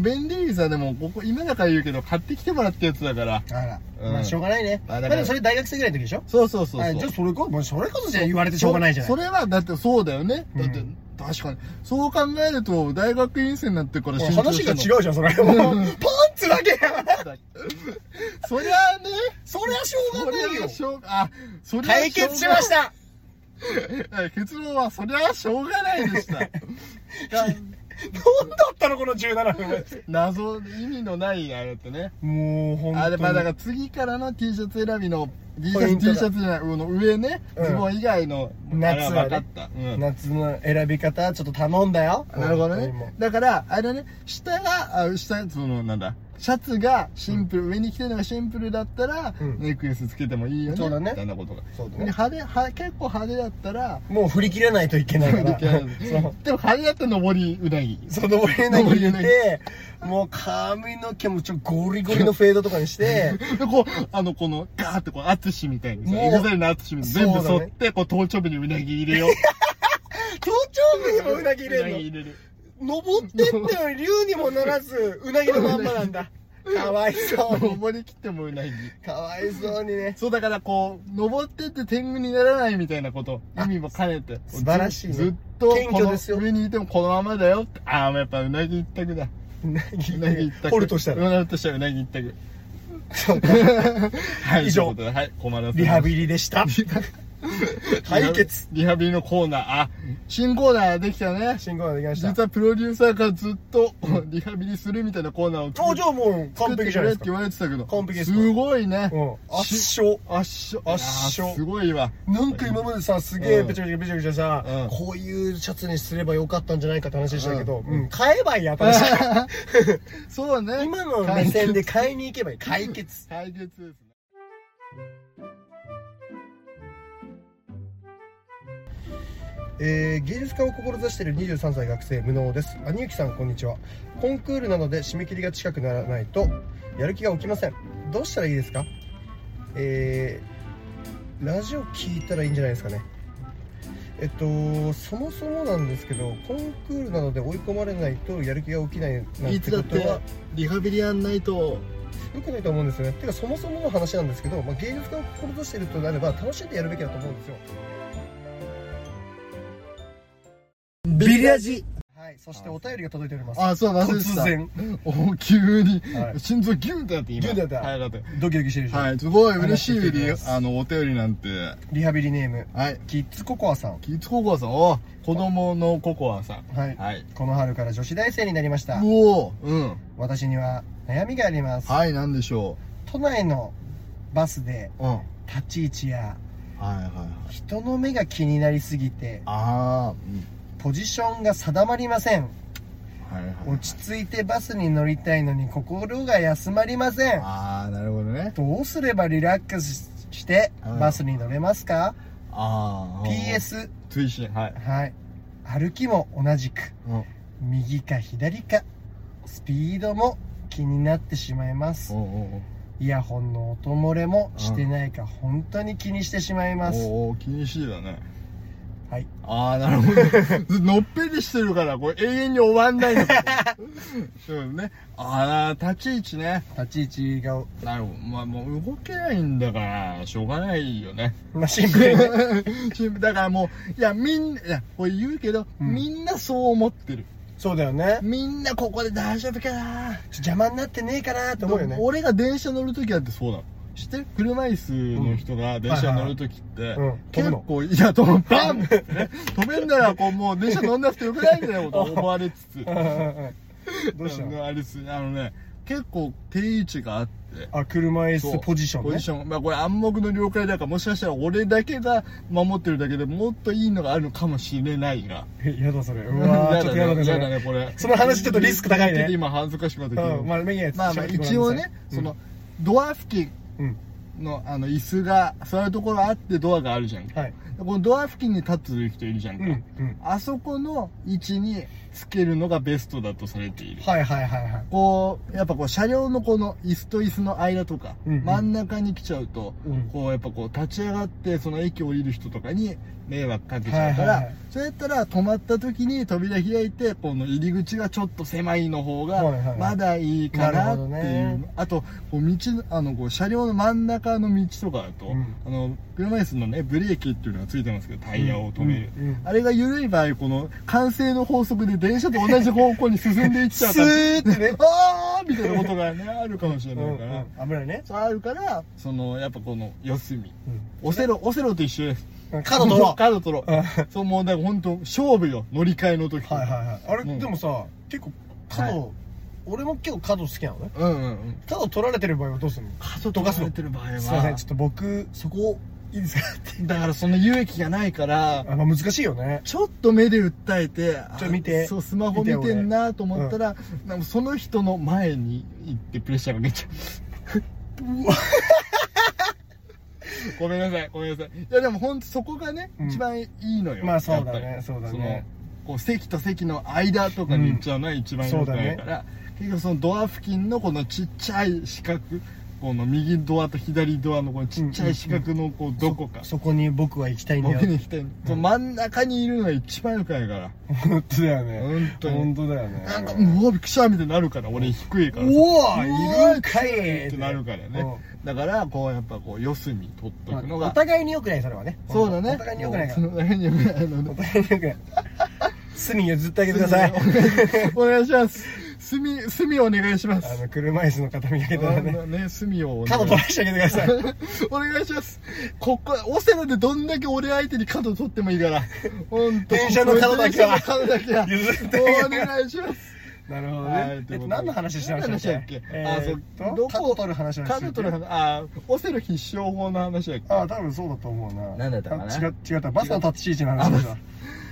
Speaker 2: ベン・デイビスはでもここ今だから言うけど買ってきてもらったやつだから
Speaker 1: んあら、
Speaker 2: うん
Speaker 1: まあしょうがないね
Speaker 2: あ
Speaker 1: まあで
Speaker 2: だから
Speaker 1: もそれ大学生ぐらいの時でしょ
Speaker 2: そうそうそうそう
Speaker 1: あじゃあそれこもうそれこそじゃあ言われてしょうがないじゃない
Speaker 2: そそれはだってそうだよねだって、
Speaker 1: うん
Speaker 2: 確かにそう考えると大学院生になってから
Speaker 1: もう話が違
Speaker 2: う
Speaker 1: うじゃんそれもうパンツだけや
Speaker 2: そりゃあね
Speaker 1: それはしょう
Speaker 2: そ
Speaker 1: が
Speaker 2: り
Speaker 1: ない
Speaker 2: ゃ
Speaker 1: よ
Speaker 2: あしょうあそりゃ
Speaker 1: 解決しま したた
Speaker 2: 結論はそりゃあしょうがない でしたが
Speaker 1: 何だったのこの17分
Speaker 2: 謎意味のないあれってね
Speaker 1: もう本
Speaker 2: あれまあ
Speaker 1: 当
Speaker 2: だから
Speaker 1: に
Speaker 2: 次からの T シャツ選びの T シ
Speaker 1: ポイ
Speaker 2: ャ
Speaker 1: ントだ
Speaker 2: ツ T シャツじゃないこの上ね、
Speaker 1: うん
Speaker 2: ズボン以外の
Speaker 1: 夏はね
Speaker 2: あれは分かった、うん
Speaker 1: 夏の選び方ちょっと頼んだよ
Speaker 2: なるほど
Speaker 1: 本当にもう
Speaker 2: ねだからあれだね下があ下そのなんだシャツがシンプル、上に着てるのがシンプルだったら、
Speaker 1: うん
Speaker 2: ネックレスつけてもいいよね
Speaker 1: そうだね
Speaker 2: みたいなことが
Speaker 1: そうだね
Speaker 2: 派手派結構派手だったら
Speaker 1: もう振り切らないといけない から
Speaker 2: でも派手だったら上りうなぎ
Speaker 1: その俺の上でもう髪の毛もちょっとゴリゴリのフェードとかにして
Speaker 2: でこうあのこのガーってこう淳みたいにさ
Speaker 1: もう
Speaker 2: エグザイルの淳みたいに全部
Speaker 1: そうだね
Speaker 2: 沿って、こう頭頂部にうなぎ入れよう
Speaker 1: 頭頂部にもうなぎ入れ
Speaker 2: うなぎ
Speaker 1: る
Speaker 2: 入れる
Speaker 1: の登ってってのに竜にもならずうなぎのまんまなんだかわいそうに。
Speaker 2: 登りきってもいない
Speaker 1: かわいそうにね。
Speaker 2: そうだからこう登ってって天狗にならないみたいなこと
Speaker 1: あ
Speaker 2: 意味も兼ねて
Speaker 1: 素晴らしいね
Speaker 2: ずずっと
Speaker 1: 謙虚ですよ
Speaker 2: この上にいてもこのままだよってああやっぱうなぎ一択だ
Speaker 1: うな
Speaker 2: うなぎ一択
Speaker 1: 掘るとしたら。
Speaker 2: うなぎとしたらうなぎ一択
Speaker 1: そうか
Speaker 2: はい
Speaker 1: 以上
Speaker 2: ということではい困らせ
Speaker 1: リハビリでした。解決。
Speaker 2: リハビリのコーナーあ新コーナーできたね
Speaker 1: 進行ができました。
Speaker 2: 実はプロデューサーがずっとリハビリするみたいなコーナーを
Speaker 1: 頂上もう
Speaker 2: 作
Speaker 1: 完
Speaker 2: っ
Speaker 1: 璧
Speaker 2: てく
Speaker 1: じゃな
Speaker 2: れ
Speaker 1: い
Speaker 2: っ
Speaker 1: です
Speaker 2: て言
Speaker 1: か。
Speaker 2: われてたけど
Speaker 1: 完璧ですか
Speaker 2: すごいね
Speaker 1: うん。圧勝。
Speaker 2: 圧勝
Speaker 1: 圧勝
Speaker 2: いやーすごいわ
Speaker 1: なんか今までさ、すげえ
Speaker 2: うん
Speaker 1: べちゃべちゃべちゃべちゃさ、
Speaker 2: うん
Speaker 1: こういうシャツにすればよかったんじゃないかって話でしたけど、うん、買えばいいや、私。
Speaker 2: そうね
Speaker 1: 今の目線で買いに行けばいい。解決。
Speaker 2: 対決ですね
Speaker 1: えー芸術家を志している23歳学生無能です兄幸さんこんにちはコンクールなので締め切りが近くならないとやる気が起きませんどうしたらいいですかえーラジオ聞いたらいいんじゃないですかねえっとそもそもなんですけどコンクールなどで追い込まれないとやる気が起きないなん
Speaker 2: い
Speaker 1: て
Speaker 2: つだ
Speaker 1: こ
Speaker 2: っ
Speaker 1: とは
Speaker 2: てリハビリやんないと
Speaker 1: よくないと思うんですよねてかそもそもの話なんですけど、まあ、芸術家を志しているとなれば楽しんでやるべきだと思うんですよ
Speaker 2: ビリヤジ
Speaker 1: はいそしてお便りが届いております
Speaker 2: あそう忘れて
Speaker 1: 突
Speaker 2: た
Speaker 1: 然
Speaker 2: お急に、
Speaker 1: はい
Speaker 2: 心臓ギュンってなって今
Speaker 1: ギュンってなった
Speaker 2: 早かった
Speaker 1: ドキドキしてるでしょ、
Speaker 2: はい、すごい嬉しい
Speaker 1: ありが
Speaker 2: リ
Speaker 1: とうございます
Speaker 2: あのお便りなんて
Speaker 1: リハビリネーム
Speaker 2: はい
Speaker 1: キッズココアさん
Speaker 2: キッズココアさんお子供のココアさん
Speaker 1: はい
Speaker 2: はい
Speaker 1: この春から女子大生になりました
Speaker 2: おおうん
Speaker 1: 私には悩みがあります
Speaker 2: はいなんでしょ
Speaker 1: 都内のバスで
Speaker 2: ううんはい
Speaker 1: 立ち位置や
Speaker 2: はいはい
Speaker 1: 人の目が気になりすぎて
Speaker 2: あ
Speaker 1: ポジションが定まりません
Speaker 2: あ、うん、はいはい
Speaker 1: 落ち着いてバスに乗りたいのに心が休まりません
Speaker 2: ああなるほどね
Speaker 1: どうすればリラックスして
Speaker 2: うん
Speaker 1: バスに乗れますか
Speaker 2: ああ
Speaker 1: PS
Speaker 2: 追伸はい、
Speaker 1: はい歩きも同じく
Speaker 2: うん、お
Speaker 1: 右か左かスピードも気になってしまいます
Speaker 2: お
Speaker 1: イヤホンの音漏れもしてないか本当に気にしてしまい
Speaker 2: お
Speaker 1: ます、
Speaker 2: おお気にしいだね
Speaker 1: はい
Speaker 2: ああ、なるほど。のっぺりしてるから、これ永遠に終わんないのか。そうね。ああ、立ち位置ね。
Speaker 1: 立ち位置が
Speaker 2: なるほど。まあ、もう動けないんだから、しょうがないよね。
Speaker 1: まあシンプルにね
Speaker 2: だからもう、いや、みんな、いや、これ言うけど、
Speaker 1: うん
Speaker 2: みんなそう思ってる。
Speaker 1: そうだよね
Speaker 2: みんなここで大丈夫かな
Speaker 1: ちょ邪魔になってねえかなと思うよね
Speaker 2: 俺が電車乗るときだってそうだもん。知ってる車椅子の人が電車に乗るときって
Speaker 1: うん、飛ぶ
Speaker 2: 結
Speaker 1: の
Speaker 2: 構、いや、飛 ぶ、バンってね飛べんなら、こう、もう電車乗んなくてよくないみたいなことを思われつつ
Speaker 1: う。んうんうん どうした
Speaker 2: あ
Speaker 1: の
Speaker 2: のあれっすねあのね結構定位置があって
Speaker 1: あ車椅子ポジションね
Speaker 2: ポジション、まあ、これ暗黙の了解だからもしかしたら俺だけが守ってるだけでもっといいのがあるのかもしれないが
Speaker 1: えやだそれうわーちょっとやだねそ
Speaker 2: 嫌だ
Speaker 1: れ
Speaker 2: ねこれ
Speaker 1: その話ちょっとリスク高いね
Speaker 2: ちょっと今恥ずかしくなってきた
Speaker 1: うんまあいいや
Speaker 2: まあまあ一応ね、
Speaker 1: うん
Speaker 2: そのドア付近
Speaker 1: うん
Speaker 2: のあの椅子が座るところあってドアがあるじゃんか、
Speaker 1: はい
Speaker 2: このドア付近に立つ人いるじゃん
Speaker 1: う
Speaker 2: か、
Speaker 1: んうん
Speaker 2: あそこの位置につけるのがベストだとされている
Speaker 1: はいはいはいはい
Speaker 2: こうやっぱこう車両のこの椅子と椅子の間とか、
Speaker 1: うんうん
Speaker 2: 真ん中に来ちゃうと、
Speaker 1: うん
Speaker 2: こうやっぱこう立ち上がってその駅降りる人とかに迷惑かけちゃうから、
Speaker 1: はいはいはい
Speaker 2: そうやったら止まった時に扉開いてこの入り口がちょっと狭いの方
Speaker 1: はいはいは
Speaker 2: が
Speaker 1: い
Speaker 2: まだいいか
Speaker 1: なる
Speaker 2: な
Speaker 1: ほ
Speaker 2: ってい
Speaker 1: ど
Speaker 2: う、
Speaker 1: ね
Speaker 2: あとこう道のあのこう車両の真ん中の道とかだと、
Speaker 1: うん
Speaker 2: あの車椅子のねブレーキっていうのがついてますけどタイヤを止める、
Speaker 1: うんうんうん
Speaker 2: あれが緩い場合この慣性の法則で電車と同じ方向に進んでいっちゃう
Speaker 1: ス
Speaker 2: から
Speaker 1: ーってね
Speaker 2: あーみたいなことがね、あるかもしれ
Speaker 1: うん
Speaker 2: な
Speaker 1: う
Speaker 2: いから。
Speaker 1: ん危ないね
Speaker 2: そうあるから、その、やっぱこの、四隅。
Speaker 1: うん
Speaker 2: オセロ、オセロと一緒です。
Speaker 1: 角取ろう
Speaker 2: カード取ろ
Speaker 1: うん
Speaker 2: う。そう、もう、だから本当勝負よ。乗り換えの時。
Speaker 1: はいはいはいあれ、
Speaker 2: うん
Speaker 1: でもさ結構角、俺も結構角好きなのね
Speaker 2: い。うんうんうん。
Speaker 1: 角取られてる場合はどうするの
Speaker 2: カード
Speaker 1: 溶かすの
Speaker 2: てる場合
Speaker 1: すいません
Speaker 2: は
Speaker 1: ちょ、っと僕そこいいですかって
Speaker 2: だからその有益がないから、
Speaker 1: あ、まあ、難しいよね
Speaker 2: ちょっと目で訴えて、
Speaker 1: ちょ見て
Speaker 2: あそう、スマホ見てんなと思ったら、なんかその人の前に行ってプレッシャーかけちゃう。 ごめんなさい、ごめんなさい。いや、でも本当そこがね、
Speaker 1: うん
Speaker 2: 一番いいのよ。
Speaker 1: まあそうだね
Speaker 2: やっぱり
Speaker 1: そうだね
Speaker 2: のこう席と席の間とかに行っちゃうのは一番良くないから、結局そのドア付近のこのちっちゃい四角校の右ドアと左ドアのこのちっちゃい四角のこうどこか
Speaker 1: そこに僕は行きたいんだよ
Speaker 2: 僕に行きたいこう真ん中にいるのが一番よくないから
Speaker 1: 本当だよね
Speaker 2: 本当に
Speaker 1: 本当だよね
Speaker 2: なんかうわびくしゃみたいになるから俺低いからさ
Speaker 1: おお
Speaker 2: うわ
Speaker 1: いるんかい
Speaker 2: ってなるからねだからこうやっぱこう四隅取っとくの
Speaker 1: お
Speaker 2: が
Speaker 1: 互いに良くないそれはね
Speaker 2: そうだね
Speaker 1: お互いに良くないか
Speaker 2: そ
Speaker 1: ら
Speaker 2: の辺に良くないので
Speaker 1: お互いに良くない 隅譲ってあげてください
Speaker 2: お願いします隅隅お願いします
Speaker 1: あの車椅子の方見かけたらね
Speaker 2: ね隅をお願
Speaker 1: 角
Speaker 2: い
Speaker 1: 取らしてあげてください
Speaker 2: お願いします。ここ、オセロでどんだけ俺相手に角取ってもいいから。ほんと。
Speaker 1: 電車の角だけは
Speaker 2: 電車の角だけは。
Speaker 1: 譲ってあげて
Speaker 2: お願いします。
Speaker 1: なるほど
Speaker 2: はいという
Speaker 1: ねえ
Speaker 2: ことで
Speaker 1: っと何の話してましたっけ
Speaker 2: 何の話だっけ
Speaker 1: え
Speaker 2: あ
Speaker 1: ー
Speaker 2: そう
Speaker 1: っと
Speaker 2: どこ
Speaker 1: 角取る話なんです
Speaker 2: 角取る話、あー、オセロ必勝法の話だっけ
Speaker 1: ああ多分そうだと思うな
Speaker 2: なんだったかな
Speaker 1: あ違う違ったバスの立ち位置の話だ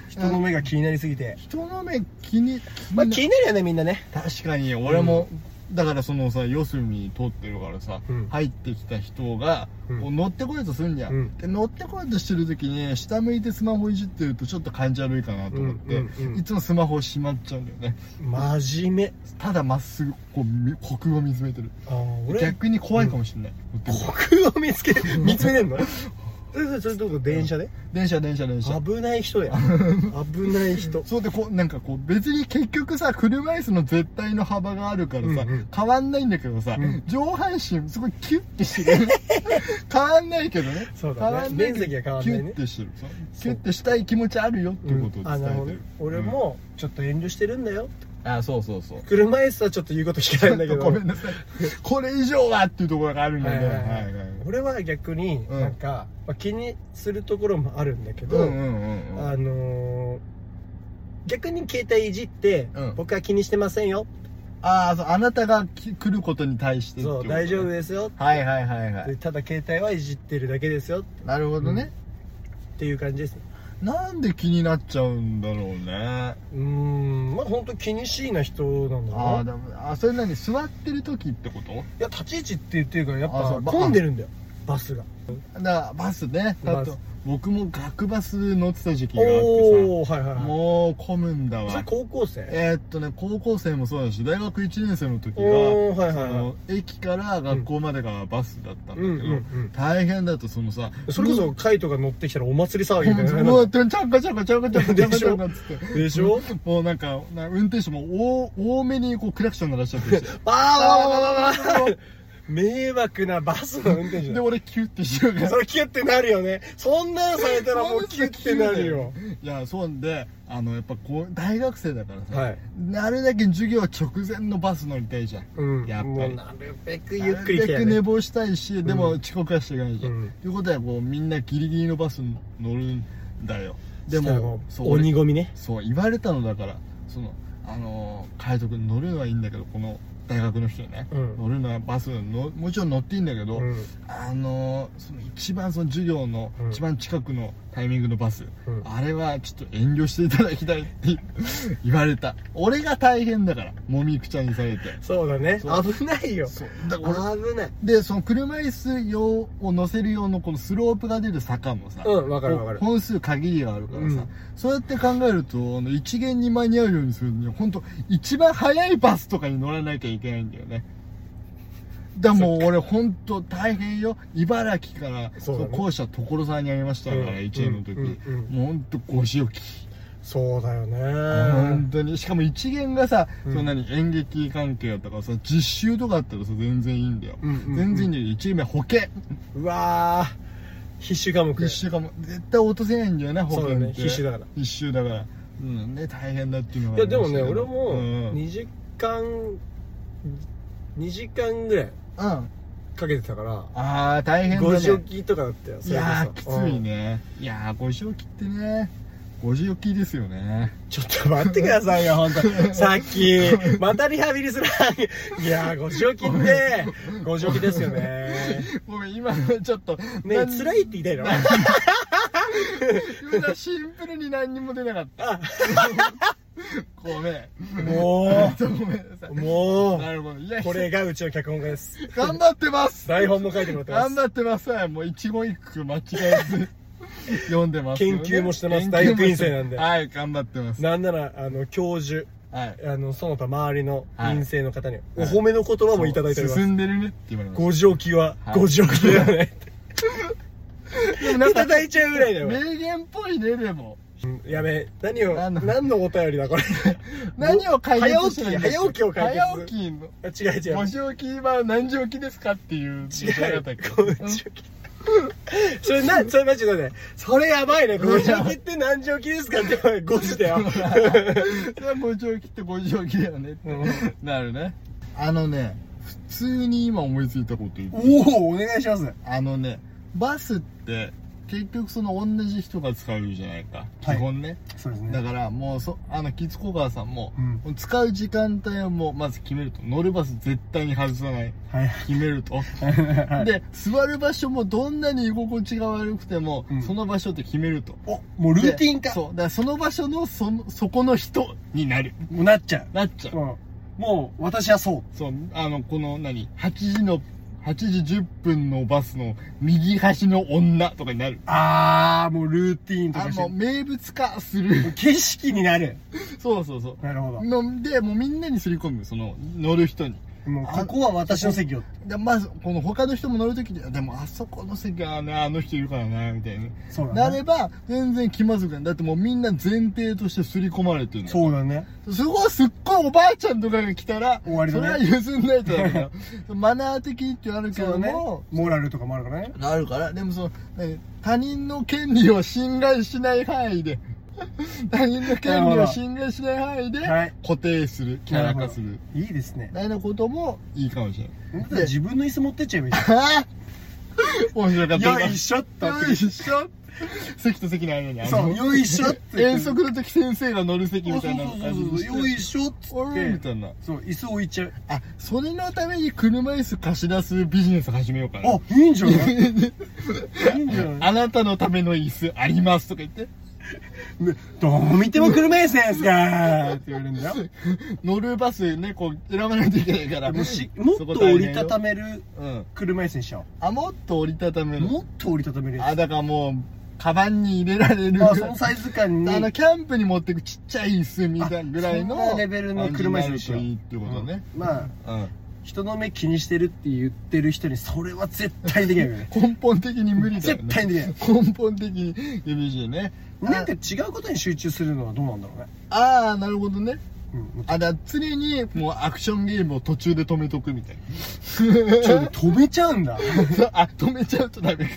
Speaker 1: 人の目が気になりすぎて
Speaker 2: 人の目気に、
Speaker 1: まあ気になるよねみんなね
Speaker 2: 確かに、俺も、だからそのさ、四隅通ってるからさ、
Speaker 1: うん
Speaker 2: 入ってきた人が、
Speaker 1: うん
Speaker 2: こう乗ってこようとすんじゃん、
Speaker 1: うん
Speaker 2: で、乗ってこようとしてる時に、下向いてスマホいじってるとちょっと感じ悪いかなと思って、
Speaker 1: うんうんうん
Speaker 2: いつもスマホしまっちゃうんだよね。
Speaker 1: 真面目
Speaker 2: ただまっすぐこうみ国を見つめてる
Speaker 1: あー俺
Speaker 2: 逆に怖いかもしれない、乗ってる
Speaker 1: 国を見つけ見つめ てんのえそれそれどういうこと電車で
Speaker 2: 電車電車電車
Speaker 1: 危ない人や危ない人
Speaker 2: そうでこうなんかこう別に結局さ車椅子の絶対の幅があるからさ、
Speaker 1: うんうん
Speaker 2: 変わんないんだけどさ、
Speaker 1: うん
Speaker 2: 上半身すごいキュッてし てる変わんないけどね
Speaker 1: そうだね
Speaker 2: 変わんないけど
Speaker 1: 面積が変わんないね
Speaker 2: キュッてしてるさキュッてしたい気持ちあるよっていうことを
Speaker 1: あ
Speaker 2: 伝え
Speaker 1: なるほ
Speaker 2: て
Speaker 1: ど
Speaker 2: る、
Speaker 1: 俺もちょっと遠慮してるんだよ
Speaker 2: うんあそうそうそう
Speaker 1: 車椅子はちょっと言うこと聞かないんだけ ど
Speaker 2: ごめんなさいこれ以上はっていうところがあるので、
Speaker 1: はいはい
Speaker 2: は
Speaker 1: はいい
Speaker 2: はい
Speaker 1: 俺は逆に
Speaker 2: うん
Speaker 1: なんか、まあ、気にするところもあるんだけ
Speaker 2: う
Speaker 1: ど、
Speaker 2: んうんうんうん
Speaker 1: あのー逆に携帯いじって、
Speaker 2: うん
Speaker 1: 僕は気にしてませんよ
Speaker 2: ああ、そう、あなたがき来ることに対してってい
Speaker 1: そう
Speaker 2: こと
Speaker 1: う
Speaker 2: ね
Speaker 1: 大丈夫。ですよ、
Speaker 2: はいはいはいは
Speaker 1: で
Speaker 2: い。
Speaker 1: ただ携帯はいじってるだけですよ
Speaker 2: なるほどね。
Speaker 1: っていう感じです
Speaker 2: なんで気になっちゃうんだろうね。
Speaker 1: うーんまあ本当気にしいな人なんだ
Speaker 2: あ
Speaker 1: な
Speaker 2: あ、でも、あ、それ何座ってる時ってこと
Speaker 1: いや立ち位置って言ってるからやっ
Speaker 2: あそう
Speaker 1: ぱ
Speaker 2: ば
Speaker 1: 混んでるんだよバスが
Speaker 2: だからバスね。あ
Speaker 1: バス
Speaker 2: と、僕も学バス乗ってた時期があって
Speaker 1: おおーはいはいは
Speaker 2: さ、
Speaker 1: い
Speaker 2: もう混むんだ
Speaker 1: それ
Speaker 2: わ。
Speaker 1: 高校生
Speaker 2: えーっとね、高校生もそうだし、大学1年生の時は、
Speaker 1: おおはい
Speaker 2: あ
Speaker 1: はいは
Speaker 2: の駅から学校までがバスだったんだけ
Speaker 1: いうんうんう
Speaker 2: ど、
Speaker 1: ん
Speaker 2: 大変だとそのさ、
Speaker 1: それこそカイトが乗ってきたらお祭り騒ぎみたいな
Speaker 2: もう、ちゃんかちゃんかちゃんかちゃんかちゃんかちゃんかっつって。
Speaker 1: でしょ
Speaker 2: もうなんか、な運転手も大多めにこうクラクション鳴らしちゃってるし
Speaker 1: あーわーわーわーわーわー迷惑なバスの運転手
Speaker 2: で、
Speaker 1: だ
Speaker 2: 俺キュッてしようから。
Speaker 1: それキュッてなるよねそんなんされたらもうキュッてなるよ
Speaker 2: いや、そうなんで、あの、やっぱこう、大学生だからさ、
Speaker 1: はい
Speaker 2: なるだけ授業直前のバス乗りたいじゃん。
Speaker 1: うん
Speaker 2: やっぱり
Speaker 1: もうなるべくゆっくり来て
Speaker 2: なるべ
Speaker 1: や
Speaker 2: く
Speaker 1: ね
Speaker 2: 寝坊したいし、でも遅刻はしていかないじゃん。
Speaker 1: うん
Speaker 2: ということは、こう、みんなギリギリのバスに乗るんだよ。で
Speaker 1: したら
Speaker 2: も
Speaker 1: う、
Speaker 2: そう、
Speaker 1: 鬼ゴミね
Speaker 2: そう、言われたのだから、その、あのー、海斗君乗るのはいいんだけど、この大学の人にね、
Speaker 1: うん
Speaker 2: 乗るのはバスの、もちろん乗っていいんだけど、
Speaker 1: うん
Speaker 2: あのーその一番その授業の
Speaker 1: うん
Speaker 2: 一番近くのタイミングのバス、
Speaker 1: うん
Speaker 2: あれはちょっと遠慮していただきたいって 言われた俺が大変だからもみくちゃにされて
Speaker 1: そうだね
Speaker 2: そ
Speaker 1: 危ないよ
Speaker 2: そうだ
Speaker 1: 危
Speaker 2: から俺
Speaker 1: ない
Speaker 2: でその車椅子用を乗せる用のこのスロープが出る坂もさ、
Speaker 1: うんわかるわかる
Speaker 2: こう本数限りがあるからさ、
Speaker 1: うん
Speaker 2: そうやって考えるとあの一元に間に合うようにするには本当一番早いバスとかに乗らなきゃいけないんだよねだからもう俺本当大変よ茨城から
Speaker 1: そうだね
Speaker 2: そう校舎所沢にありましたから、
Speaker 1: うん
Speaker 2: 1年の時、
Speaker 1: うんうんうん
Speaker 2: もう本当ご仕置き
Speaker 1: そうだよ
Speaker 2: 本
Speaker 1: ね
Speaker 2: 当にしかも一元がさ、
Speaker 1: うん
Speaker 2: その何演劇関係だったからさ実習とかあったらさ全然いいんだよ、
Speaker 1: うんうんうん
Speaker 2: 全然いいんだよ一元目保険
Speaker 1: うわー必修科目
Speaker 2: 必修かも絶対落とせないんだよね保
Speaker 1: そう
Speaker 2: 険
Speaker 1: だ
Speaker 2: っ
Speaker 1: ね
Speaker 2: て、
Speaker 1: 必修だから
Speaker 2: 必修だからうんね大変だっていうのが
Speaker 1: いやでもね
Speaker 2: ありま
Speaker 1: 俺
Speaker 2: したけど
Speaker 1: も
Speaker 2: うん
Speaker 1: 2時間2時間ぐらい
Speaker 2: うん
Speaker 1: かけてたから
Speaker 2: ああ大変だね
Speaker 1: ご時置きとかだったよ
Speaker 2: いやー
Speaker 1: それ
Speaker 2: きつ
Speaker 1: こそ
Speaker 2: いねいやーご時置きってねご時置きですよね
Speaker 1: うんちょっと待ってくださいよ本当さっきまたリハビリするいやーご時置きってご時置きですよね
Speaker 2: ごめん今のちょっと
Speaker 1: ね
Speaker 2: な
Speaker 1: え
Speaker 2: ん
Speaker 1: 辛いって言いたいの
Speaker 2: 今シンプルに何にも出なかった
Speaker 1: あ
Speaker 2: ごめん
Speaker 1: も
Speaker 2: ごめんなさ
Speaker 1: う
Speaker 2: い
Speaker 1: も
Speaker 2: なるほどいや
Speaker 1: うこれがうちの脚本家です
Speaker 2: 頑張ってます
Speaker 1: 台本も書いてもらってます
Speaker 2: 頑張ってますはいもう一言一句間違えず読んでますよね、
Speaker 1: 研究もしてます
Speaker 2: 研究も
Speaker 1: 大学院生なんで
Speaker 2: はい頑張ってます
Speaker 1: なんならあの教授
Speaker 2: はい
Speaker 1: あのその他周りの
Speaker 2: はい
Speaker 1: 陰性の方にお
Speaker 2: はい
Speaker 1: 褒めの言葉もいただいております、
Speaker 2: 進んでるねって言われま
Speaker 1: ご上気は、
Speaker 2: はい
Speaker 1: ご上気ではない
Speaker 2: すでも
Speaker 1: いただいちゃうぐらいだよ
Speaker 2: 名言っぽいねでも
Speaker 1: うんやべえ何を
Speaker 2: あの
Speaker 1: 何のお便りだこ れ
Speaker 2: 何を解決したらいいんですか
Speaker 1: 早起きを解決
Speaker 2: 早起きの
Speaker 1: 違う違う
Speaker 2: ご正気は何時起きですかっていう
Speaker 1: 違
Speaker 2: どや
Speaker 1: う
Speaker 2: ったっけ
Speaker 1: ご上気それなそれマジでそれやばいねご上気って何時起きですかって5時だよ
Speaker 2: それはご上気ってご上気だよねってなるねあのね普通に今思いついたこと言って
Speaker 1: おおお願いしますは
Speaker 2: あのねバスって結局その同じ人が使うじゃないか
Speaker 1: は
Speaker 2: 基
Speaker 1: い
Speaker 2: 本ね、
Speaker 1: そうです
Speaker 2: だからもうそあのキツコ川さんも、
Speaker 1: うん
Speaker 2: もう使う時間帯をもうまず決めると乗るバス絶対に外さない
Speaker 1: はい
Speaker 2: 決めると、で座る場所もどんなに居心地が悪くても、
Speaker 1: うん
Speaker 2: その場所って決めると
Speaker 1: おもうルーティン
Speaker 2: で
Speaker 1: 化
Speaker 2: そうだからその場所のそのそこの人になる
Speaker 1: もうなっちゃう
Speaker 2: なっちゃう、
Speaker 1: うんもう私はそう
Speaker 2: そうあのこの何8時の8時10分のバスの右端の女とかになる
Speaker 1: あーもうルーティンと
Speaker 2: あ
Speaker 1: かして
Speaker 2: もう
Speaker 1: も
Speaker 2: 名物化する
Speaker 1: う景色になる
Speaker 2: そうそうそ
Speaker 1: なるほ
Speaker 2: うのでもうみんなにすり込むその乗る人に
Speaker 1: どもうここは私の席よ
Speaker 2: でまずこの他の人も乗るときででもあそこの席はねあの人いるからなみたいな
Speaker 1: そう
Speaker 2: な
Speaker 1: だ
Speaker 2: れ
Speaker 1: ね
Speaker 2: ば全然気まずくないだってもうみんな前提として刷り込まれてるの
Speaker 1: そうだね
Speaker 2: うすごいすっごいおばあちゃんとかが来たら
Speaker 1: 終わりだね
Speaker 2: それは譲んないとダメ だよマナー的にってある
Speaker 1: そ
Speaker 2: け
Speaker 1: う
Speaker 2: ど
Speaker 1: だね
Speaker 2: も、
Speaker 1: モラルとかもあるからね
Speaker 2: あるからでもその何他人の権利を侵害しない範囲で 他人の権利を侵害しない範囲で
Speaker 1: はい
Speaker 2: 固定するキャラ化する
Speaker 1: いいですね
Speaker 2: みたいなこともいいかもしれない
Speaker 1: だったら自分の椅子持ってっちゃえばいい
Speaker 2: あー 面白かった
Speaker 1: よいしょっと
Speaker 2: よいしょ席と席の間にあの
Speaker 1: そうよい しょって
Speaker 2: 遠足の時先生が乗る席みたいな
Speaker 1: そうそうそうそうよいしょっつ
Speaker 2: お
Speaker 1: っ
Speaker 2: ーみ
Speaker 1: て
Speaker 2: たいな
Speaker 1: そう椅子置いちゃう
Speaker 2: あそれのために車椅子貸し出すビジネス始めようかな
Speaker 1: あいいんじゃないいいんじゃない
Speaker 2: あなたのための椅子ありますとか言って
Speaker 1: ねどう見ても車椅子ですかって言われるんだよ
Speaker 2: 乗るバスねこう選ばないといけないから
Speaker 1: もうしもっと折りたためる
Speaker 2: めうん
Speaker 1: 車椅子にしちゃ
Speaker 2: あもっと折りたため
Speaker 1: おう
Speaker 2: る
Speaker 1: もっと折りたためるや
Speaker 2: あだからもうカバンに入れられ
Speaker 1: つ
Speaker 2: る
Speaker 1: あそのサイズ感に
Speaker 2: あのキャンプに持ってくちっちゃい椅子みたいなぐらい
Speaker 1: あそん
Speaker 2: の
Speaker 1: なレベルの車椅子にしよう
Speaker 2: 感じになるといいってことね、
Speaker 1: まあ
Speaker 2: うん
Speaker 1: 人の目気にしてるって言ってる人にそれは絶対できないよね
Speaker 2: 根本的に無理だよ
Speaker 1: 絶
Speaker 2: ね
Speaker 1: 対できない
Speaker 2: 根本的に厳しいね
Speaker 1: なんか違うことに集中するのはどうなんだろうね
Speaker 2: ああなるほどね
Speaker 1: うん
Speaker 2: あだから常にもうアクションゲームを途中で止めとくみたい
Speaker 1: ちょっと止めちゃうんだ
Speaker 2: なあ止めちゃう とダメ か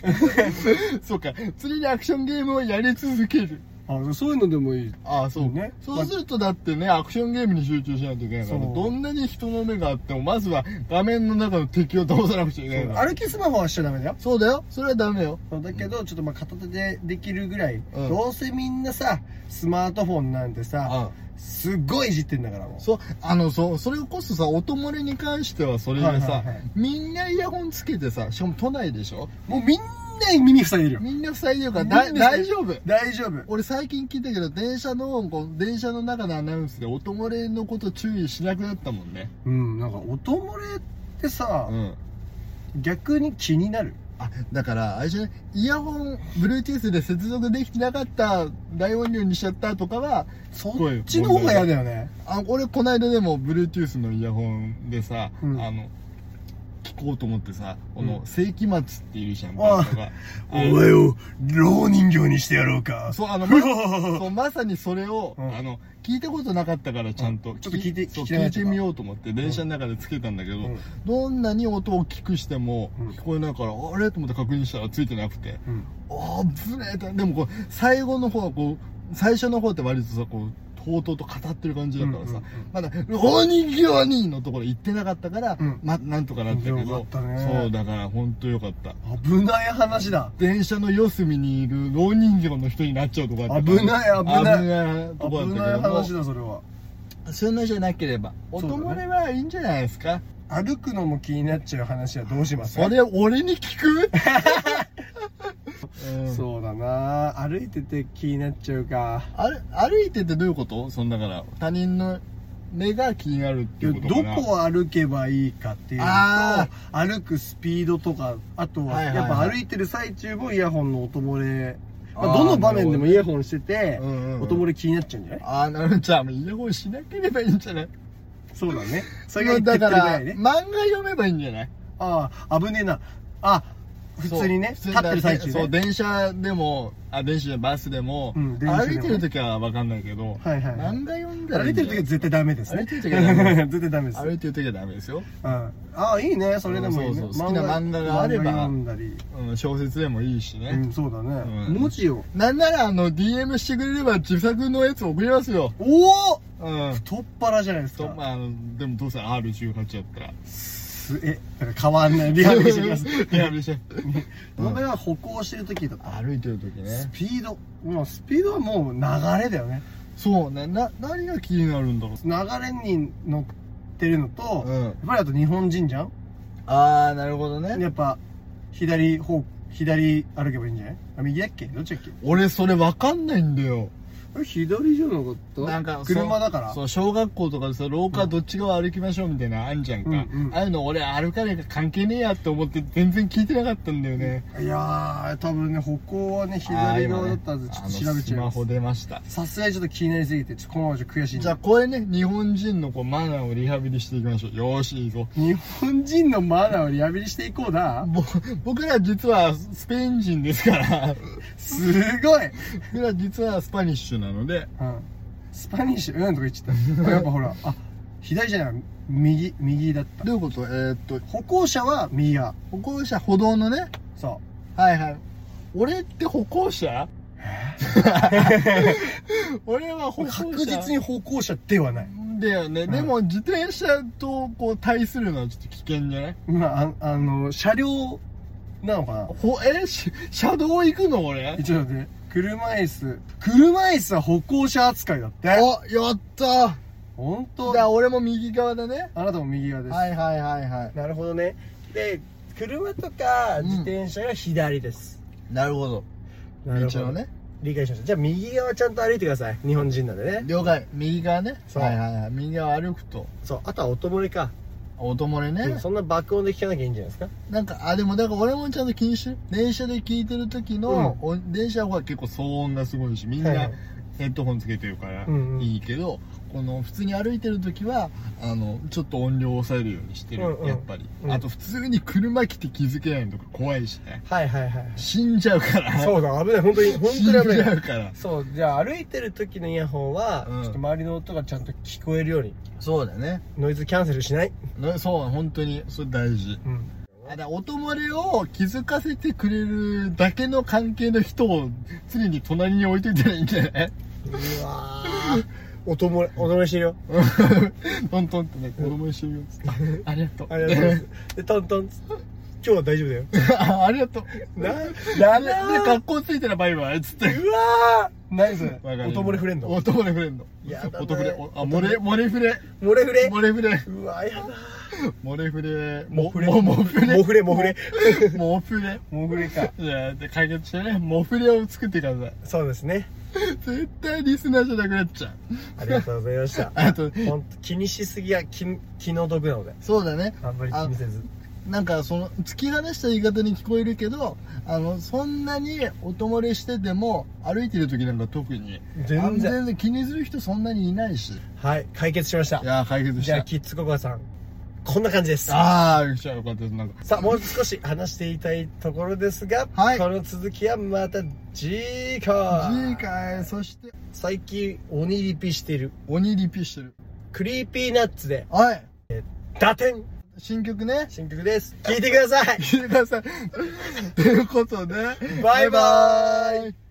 Speaker 2: そうか常にアクションゲームをやり続ける
Speaker 1: あそういうのでもいい
Speaker 2: ああそう
Speaker 1: ね
Speaker 2: ねそうするとだってねアクションゲームに集中しないといけないから
Speaker 1: そう
Speaker 2: どんなに人の目があってもまずは画面の中の敵を倒さなくちゃいけないから
Speaker 1: 歩きスマホはしちゃダメだよ
Speaker 2: そうだよそれはダメよ
Speaker 1: だけどちょっとまあ片手でできるぐらい、
Speaker 2: うん
Speaker 1: どうせみんなさスマートフォンなんてさ、すっごいいじってんだからもう
Speaker 2: そうあのそうそれこそさ音漏れに関してはそれでさ、
Speaker 1: はいはいはい
Speaker 2: みんなイヤホンつけてさしかも都内でしょ
Speaker 1: もうみんな耳塞いでるよ
Speaker 2: みんな塞いでるからだ
Speaker 1: みんな塞い
Speaker 2: 大丈夫
Speaker 1: 大丈夫
Speaker 2: 俺最近聞いたけど電車のこう電車の中のアナウンスで音漏れのこと注意しなくなったもんね
Speaker 1: うんなんか音漏れってさ、
Speaker 2: ん
Speaker 1: 逆に気になる
Speaker 2: あだからあれじゃないイヤホン Bluetooth で接続できてなかった大音量にしちゃったとかは
Speaker 1: そっちの方が嫌だよね
Speaker 2: あ俺こないだでも Bluetooth のイヤホンでさ、
Speaker 1: うん
Speaker 2: あの聞こうと思ってさ、こ
Speaker 1: う
Speaker 2: の
Speaker 1: ん
Speaker 2: 世紀末っているじゃん
Speaker 1: ああ
Speaker 2: バンドが
Speaker 1: お前を老人形にしてやろうか
Speaker 2: そうあの
Speaker 1: ふ
Speaker 2: ま
Speaker 1: わははは
Speaker 2: そうまさにそれを、
Speaker 1: うん
Speaker 2: あの聞いたことなかったからちゃんと、
Speaker 1: うんちょっと聞いて
Speaker 2: そう
Speaker 1: 聞きながら
Speaker 2: 聞いてみようと思って電車の中でつけたんだけど、
Speaker 1: うん
Speaker 2: どんなに音を大きくしても
Speaker 1: うん
Speaker 2: 聞こえないから、あれと思って確認したらついてなくて
Speaker 1: うん
Speaker 2: ああぶねえとでもこう最後の方はこう最初の方って割とさこうとうとうと語ってる感じだから
Speaker 1: う
Speaker 2: さ、
Speaker 1: んうんうん
Speaker 2: まだ「おにぎわに」のところ行ってなかったから、
Speaker 1: うん
Speaker 2: まなんとかなったけど
Speaker 1: よかったね
Speaker 2: そうだから本当よかった
Speaker 1: 危ない話だ
Speaker 2: 電車の四隅にいる老人形の人になっちゃうとこだったから
Speaker 1: 危ない危ない
Speaker 2: 危ないとこだ
Speaker 1: 危
Speaker 2: ったけ
Speaker 1: ない
Speaker 2: ども
Speaker 1: 話だそれは
Speaker 2: そんなじゃなければ
Speaker 1: そうだ
Speaker 2: お
Speaker 1: ね
Speaker 2: 友れはいいんじゃないですか
Speaker 1: 歩くのも気になっちゃう話はどうします
Speaker 2: それ俺に 聞く、 うん
Speaker 1: そうだな歩いてて気になっちゃうか
Speaker 2: あれ歩いててどういうことそんだから他人の目が気になるっていう
Speaker 1: ど
Speaker 2: ことかな
Speaker 1: こを歩けばいいかっていうの
Speaker 2: あ
Speaker 1: と歩くスピードとかあとは
Speaker 2: はいはい
Speaker 1: や
Speaker 2: は
Speaker 1: っ
Speaker 2: い
Speaker 1: ぱ歩いてる最中もイヤホンの音漏れまあ、どの場面でもイヤホンしてて、
Speaker 2: うんうんうん
Speaker 1: 音漏れ気になっちゃうんじゃない
Speaker 2: ああなるじゃあもうイヤホンしなければいいんじゃない
Speaker 1: そうだね。それ
Speaker 2: も
Speaker 1: が
Speaker 2: う
Speaker 1: 言って
Speaker 2: だ
Speaker 1: くれ
Speaker 2: か
Speaker 1: ぐら
Speaker 2: ら
Speaker 1: いね
Speaker 2: 漫。画読めばいいんじゃない
Speaker 1: ああ、危ねえな。あ、普通にね、
Speaker 2: そう
Speaker 1: 立ってる最中
Speaker 2: そう
Speaker 1: ね。
Speaker 2: 電車でもあ電車じゃないバスでも、
Speaker 1: うん電車でも
Speaker 2: 歩いてる時は分かんないけど、
Speaker 1: はいはいはい
Speaker 2: 漫画読んだら
Speaker 1: 歩いてる時は
Speaker 2: 時
Speaker 1: 絶対ダメですね。
Speaker 2: 歩いてる時はダメ
Speaker 1: 絶対ダメです。
Speaker 2: 歩いてる時はダメですよ、
Speaker 1: うんああ、いいね。それでもいいね。
Speaker 2: うんそうそう好きな漫画があれば
Speaker 1: 漫画読んだり。
Speaker 2: うん、小説でもいいしね、
Speaker 1: うん、そうだね。
Speaker 2: うん
Speaker 1: 文字を。
Speaker 2: なんならあの DM してくれれば自作のやつ送りますよ
Speaker 1: おお
Speaker 2: うん
Speaker 1: 太っ腹じゃないです
Speaker 2: と
Speaker 1: か。
Speaker 2: まああのでもどうせ R18 やったら
Speaker 1: すえ、だから変わんない。リハビリしてきます。
Speaker 2: リハビリして
Speaker 1: 僕は歩行してる時だった。
Speaker 2: 歩いてる時
Speaker 1: ス
Speaker 2: ね
Speaker 1: ピード。もうスピードはもう流れだよね。
Speaker 2: そうねな何が気になるんだろう
Speaker 1: 流れに乗ってるのと、
Speaker 2: うん
Speaker 1: やっぱりあと日本人じゃん
Speaker 2: ああなるほどね
Speaker 1: やっぱ左方左歩けばいいんじゃないあ右だっけどっちだっけ
Speaker 2: 俺それ分かんないんだよ
Speaker 1: あれ左じゃなかった
Speaker 2: なんか
Speaker 1: 車だから
Speaker 2: そうそう小学校とかでさ廊下どっち側歩きましょうみたいなのあんじゃんか、
Speaker 1: うんうん
Speaker 2: ああいうの俺歩かねえから関係ねえやって思って全然聞いてなかったんだよね
Speaker 1: いやー多分ね歩行はね
Speaker 2: あー
Speaker 1: 左
Speaker 2: 今
Speaker 1: 側
Speaker 2: ね
Speaker 1: だったはずちょっと調
Speaker 2: あの
Speaker 1: べ
Speaker 2: ス
Speaker 1: ちゃい
Speaker 2: マ
Speaker 1: ます
Speaker 2: ホ出ました
Speaker 1: さすがにちょっと気になりすぎてちょっとこのままじゃ悔しいんで
Speaker 2: じゃあこれね日本人のこうマナーをリハビリしていきましょうよーしいいぞ
Speaker 1: 日本人のマナーをリハビリしていこうな
Speaker 2: ぼ僕ら実はスペイン人ですから
Speaker 1: すごい、
Speaker 2: 僕ら実はスパニッシュなので
Speaker 1: うん、スパニッシュうんとか言っちゃったやっぱほらあ左じゃない右右だった
Speaker 2: どういうことえーっと
Speaker 1: 歩行者は右側
Speaker 2: 歩行者歩道のね
Speaker 1: そう
Speaker 2: はいはい俺って歩行者 俺は歩行者
Speaker 1: 確実に歩行者ではない
Speaker 2: だよね、でも自転車とこう対するのはちょっと危険じゃない
Speaker 1: まあ、ああの、車両なのかな
Speaker 2: ほえし車道行くの俺
Speaker 1: 一応待って、車椅子。車椅子は歩行者扱いだって。
Speaker 2: おやった
Speaker 1: 本
Speaker 2: ー
Speaker 1: 当
Speaker 2: だ
Speaker 1: だ。
Speaker 2: 俺も右側だね
Speaker 1: あなたも右側です。
Speaker 2: はいはいはいはい
Speaker 1: なるほどね。で、車とか
Speaker 2: うん
Speaker 1: 自転車が左です。
Speaker 2: なるほど
Speaker 1: なるほ
Speaker 2: 道
Speaker 1: ど
Speaker 2: の。ね
Speaker 1: 理解しました。じゃあ右側ちゃんと歩いてください。日本人なんでね。
Speaker 2: 了解右側ね
Speaker 1: そう
Speaker 2: はいはいはい右側歩くと
Speaker 1: そう。あとは音漏れか。
Speaker 2: 音漏れ
Speaker 1: うん
Speaker 2: ね
Speaker 1: そんな爆音で聞かなきゃいいんじゃないですか。
Speaker 2: なんかあでもだから俺もちゃんと気にしてる電車で聞いてる時の、お電車は結構騒音がすごいしみん
Speaker 1: はいは
Speaker 2: ないヘッドホンつけてるから
Speaker 1: うんうん
Speaker 2: いいけど、この普通に歩いてる時はあのちょっと音量を抑えるようにしてる、
Speaker 1: うんうん
Speaker 2: やっぱり、
Speaker 1: うん
Speaker 2: あと普通に車来て気づけないのとか怖いしね
Speaker 1: はいはいはい。
Speaker 2: 死んじゃうから
Speaker 1: そうだ、危ない。本当に、 本
Speaker 2: 死んじ
Speaker 1: 当に危
Speaker 2: ゃ
Speaker 1: な
Speaker 2: う
Speaker 1: い。
Speaker 2: から
Speaker 1: そう、じゃあ歩いてる時のイヤホンは、
Speaker 2: うん
Speaker 1: ちょっと周りの音がちゃんと聞こえるように、
Speaker 2: そうだね
Speaker 1: ノイズキャンセルしない。
Speaker 2: ねそう本当にそれ大事
Speaker 1: うん。
Speaker 2: あだから音漏れを気づかせてくれるだけの関係の人を常に隣に置いといたらいいんじゃないう
Speaker 1: わー 音漏れ、音漏れしてるよ。
Speaker 2: トントンってね、子供一緒に言うっつって あありがとう。
Speaker 1: ありがとうございます。で、トントン。今日は大丈夫だよ。
Speaker 2: あありがとう。
Speaker 1: な、
Speaker 2: あ
Speaker 1: なん
Speaker 2: れで、
Speaker 1: だ
Speaker 2: 格好ついたらバイバイっつ って。
Speaker 1: うわー何それ
Speaker 2: わかる
Speaker 1: 音漏れフレンド。
Speaker 2: 音漏れフレンド。
Speaker 1: やだね
Speaker 2: 音漏れ、おあ、漏れ、漏れフレ。
Speaker 1: 漏れフレ
Speaker 2: 漏れフレ。
Speaker 1: うわやだ
Speaker 2: 漏れフレ。
Speaker 1: もフレ
Speaker 2: も、もフレ。
Speaker 1: もフレもフレ。
Speaker 2: もフレ。
Speaker 1: もフレか。
Speaker 2: いや、で、解決してね、もフレを作ってください。
Speaker 1: そうですね。
Speaker 2: 絶対リスナーじゃなくなっちゃう。
Speaker 1: ありがとうございま した。
Speaker 2: あと、
Speaker 1: ほんと、気にしすぎは気、気の毒なので。
Speaker 2: そうだね。
Speaker 1: あんまり気にせず。
Speaker 2: なんかその突き放した言い方に聞こえるけどあのそんなに音漏れしてても歩いてる時なんか特にあ
Speaker 1: 全
Speaker 2: の
Speaker 1: 然。
Speaker 2: 全然気にする人そんなにいないし
Speaker 1: はい、解決しました
Speaker 2: い。やー解決し
Speaker 1: じゃあ、
Speaker 2: た
Speaker 1: キッズココアさん、こんな感じです。
Speaker 2: ああよっしゃよかったですなんか
Speaker 1: さあ、もう少し話していたいところですが、
Speaker 2: はい
Speaker 1: この続きはまた次回。
Speaker 2: 次回そして
Speaker 1: 最近、鬼リピしてる、
Speaker 2: 鬼リピしてる
Speaker 1: クリーピーナッツで、
Speaker 2: はい
Speaker 1: 打点
Speaker 2: 新曲ね
Speaker 1: 新曲です。聴いてください
Speaker 2: 聞いてくださいということで
Speaker 1: バイバーイ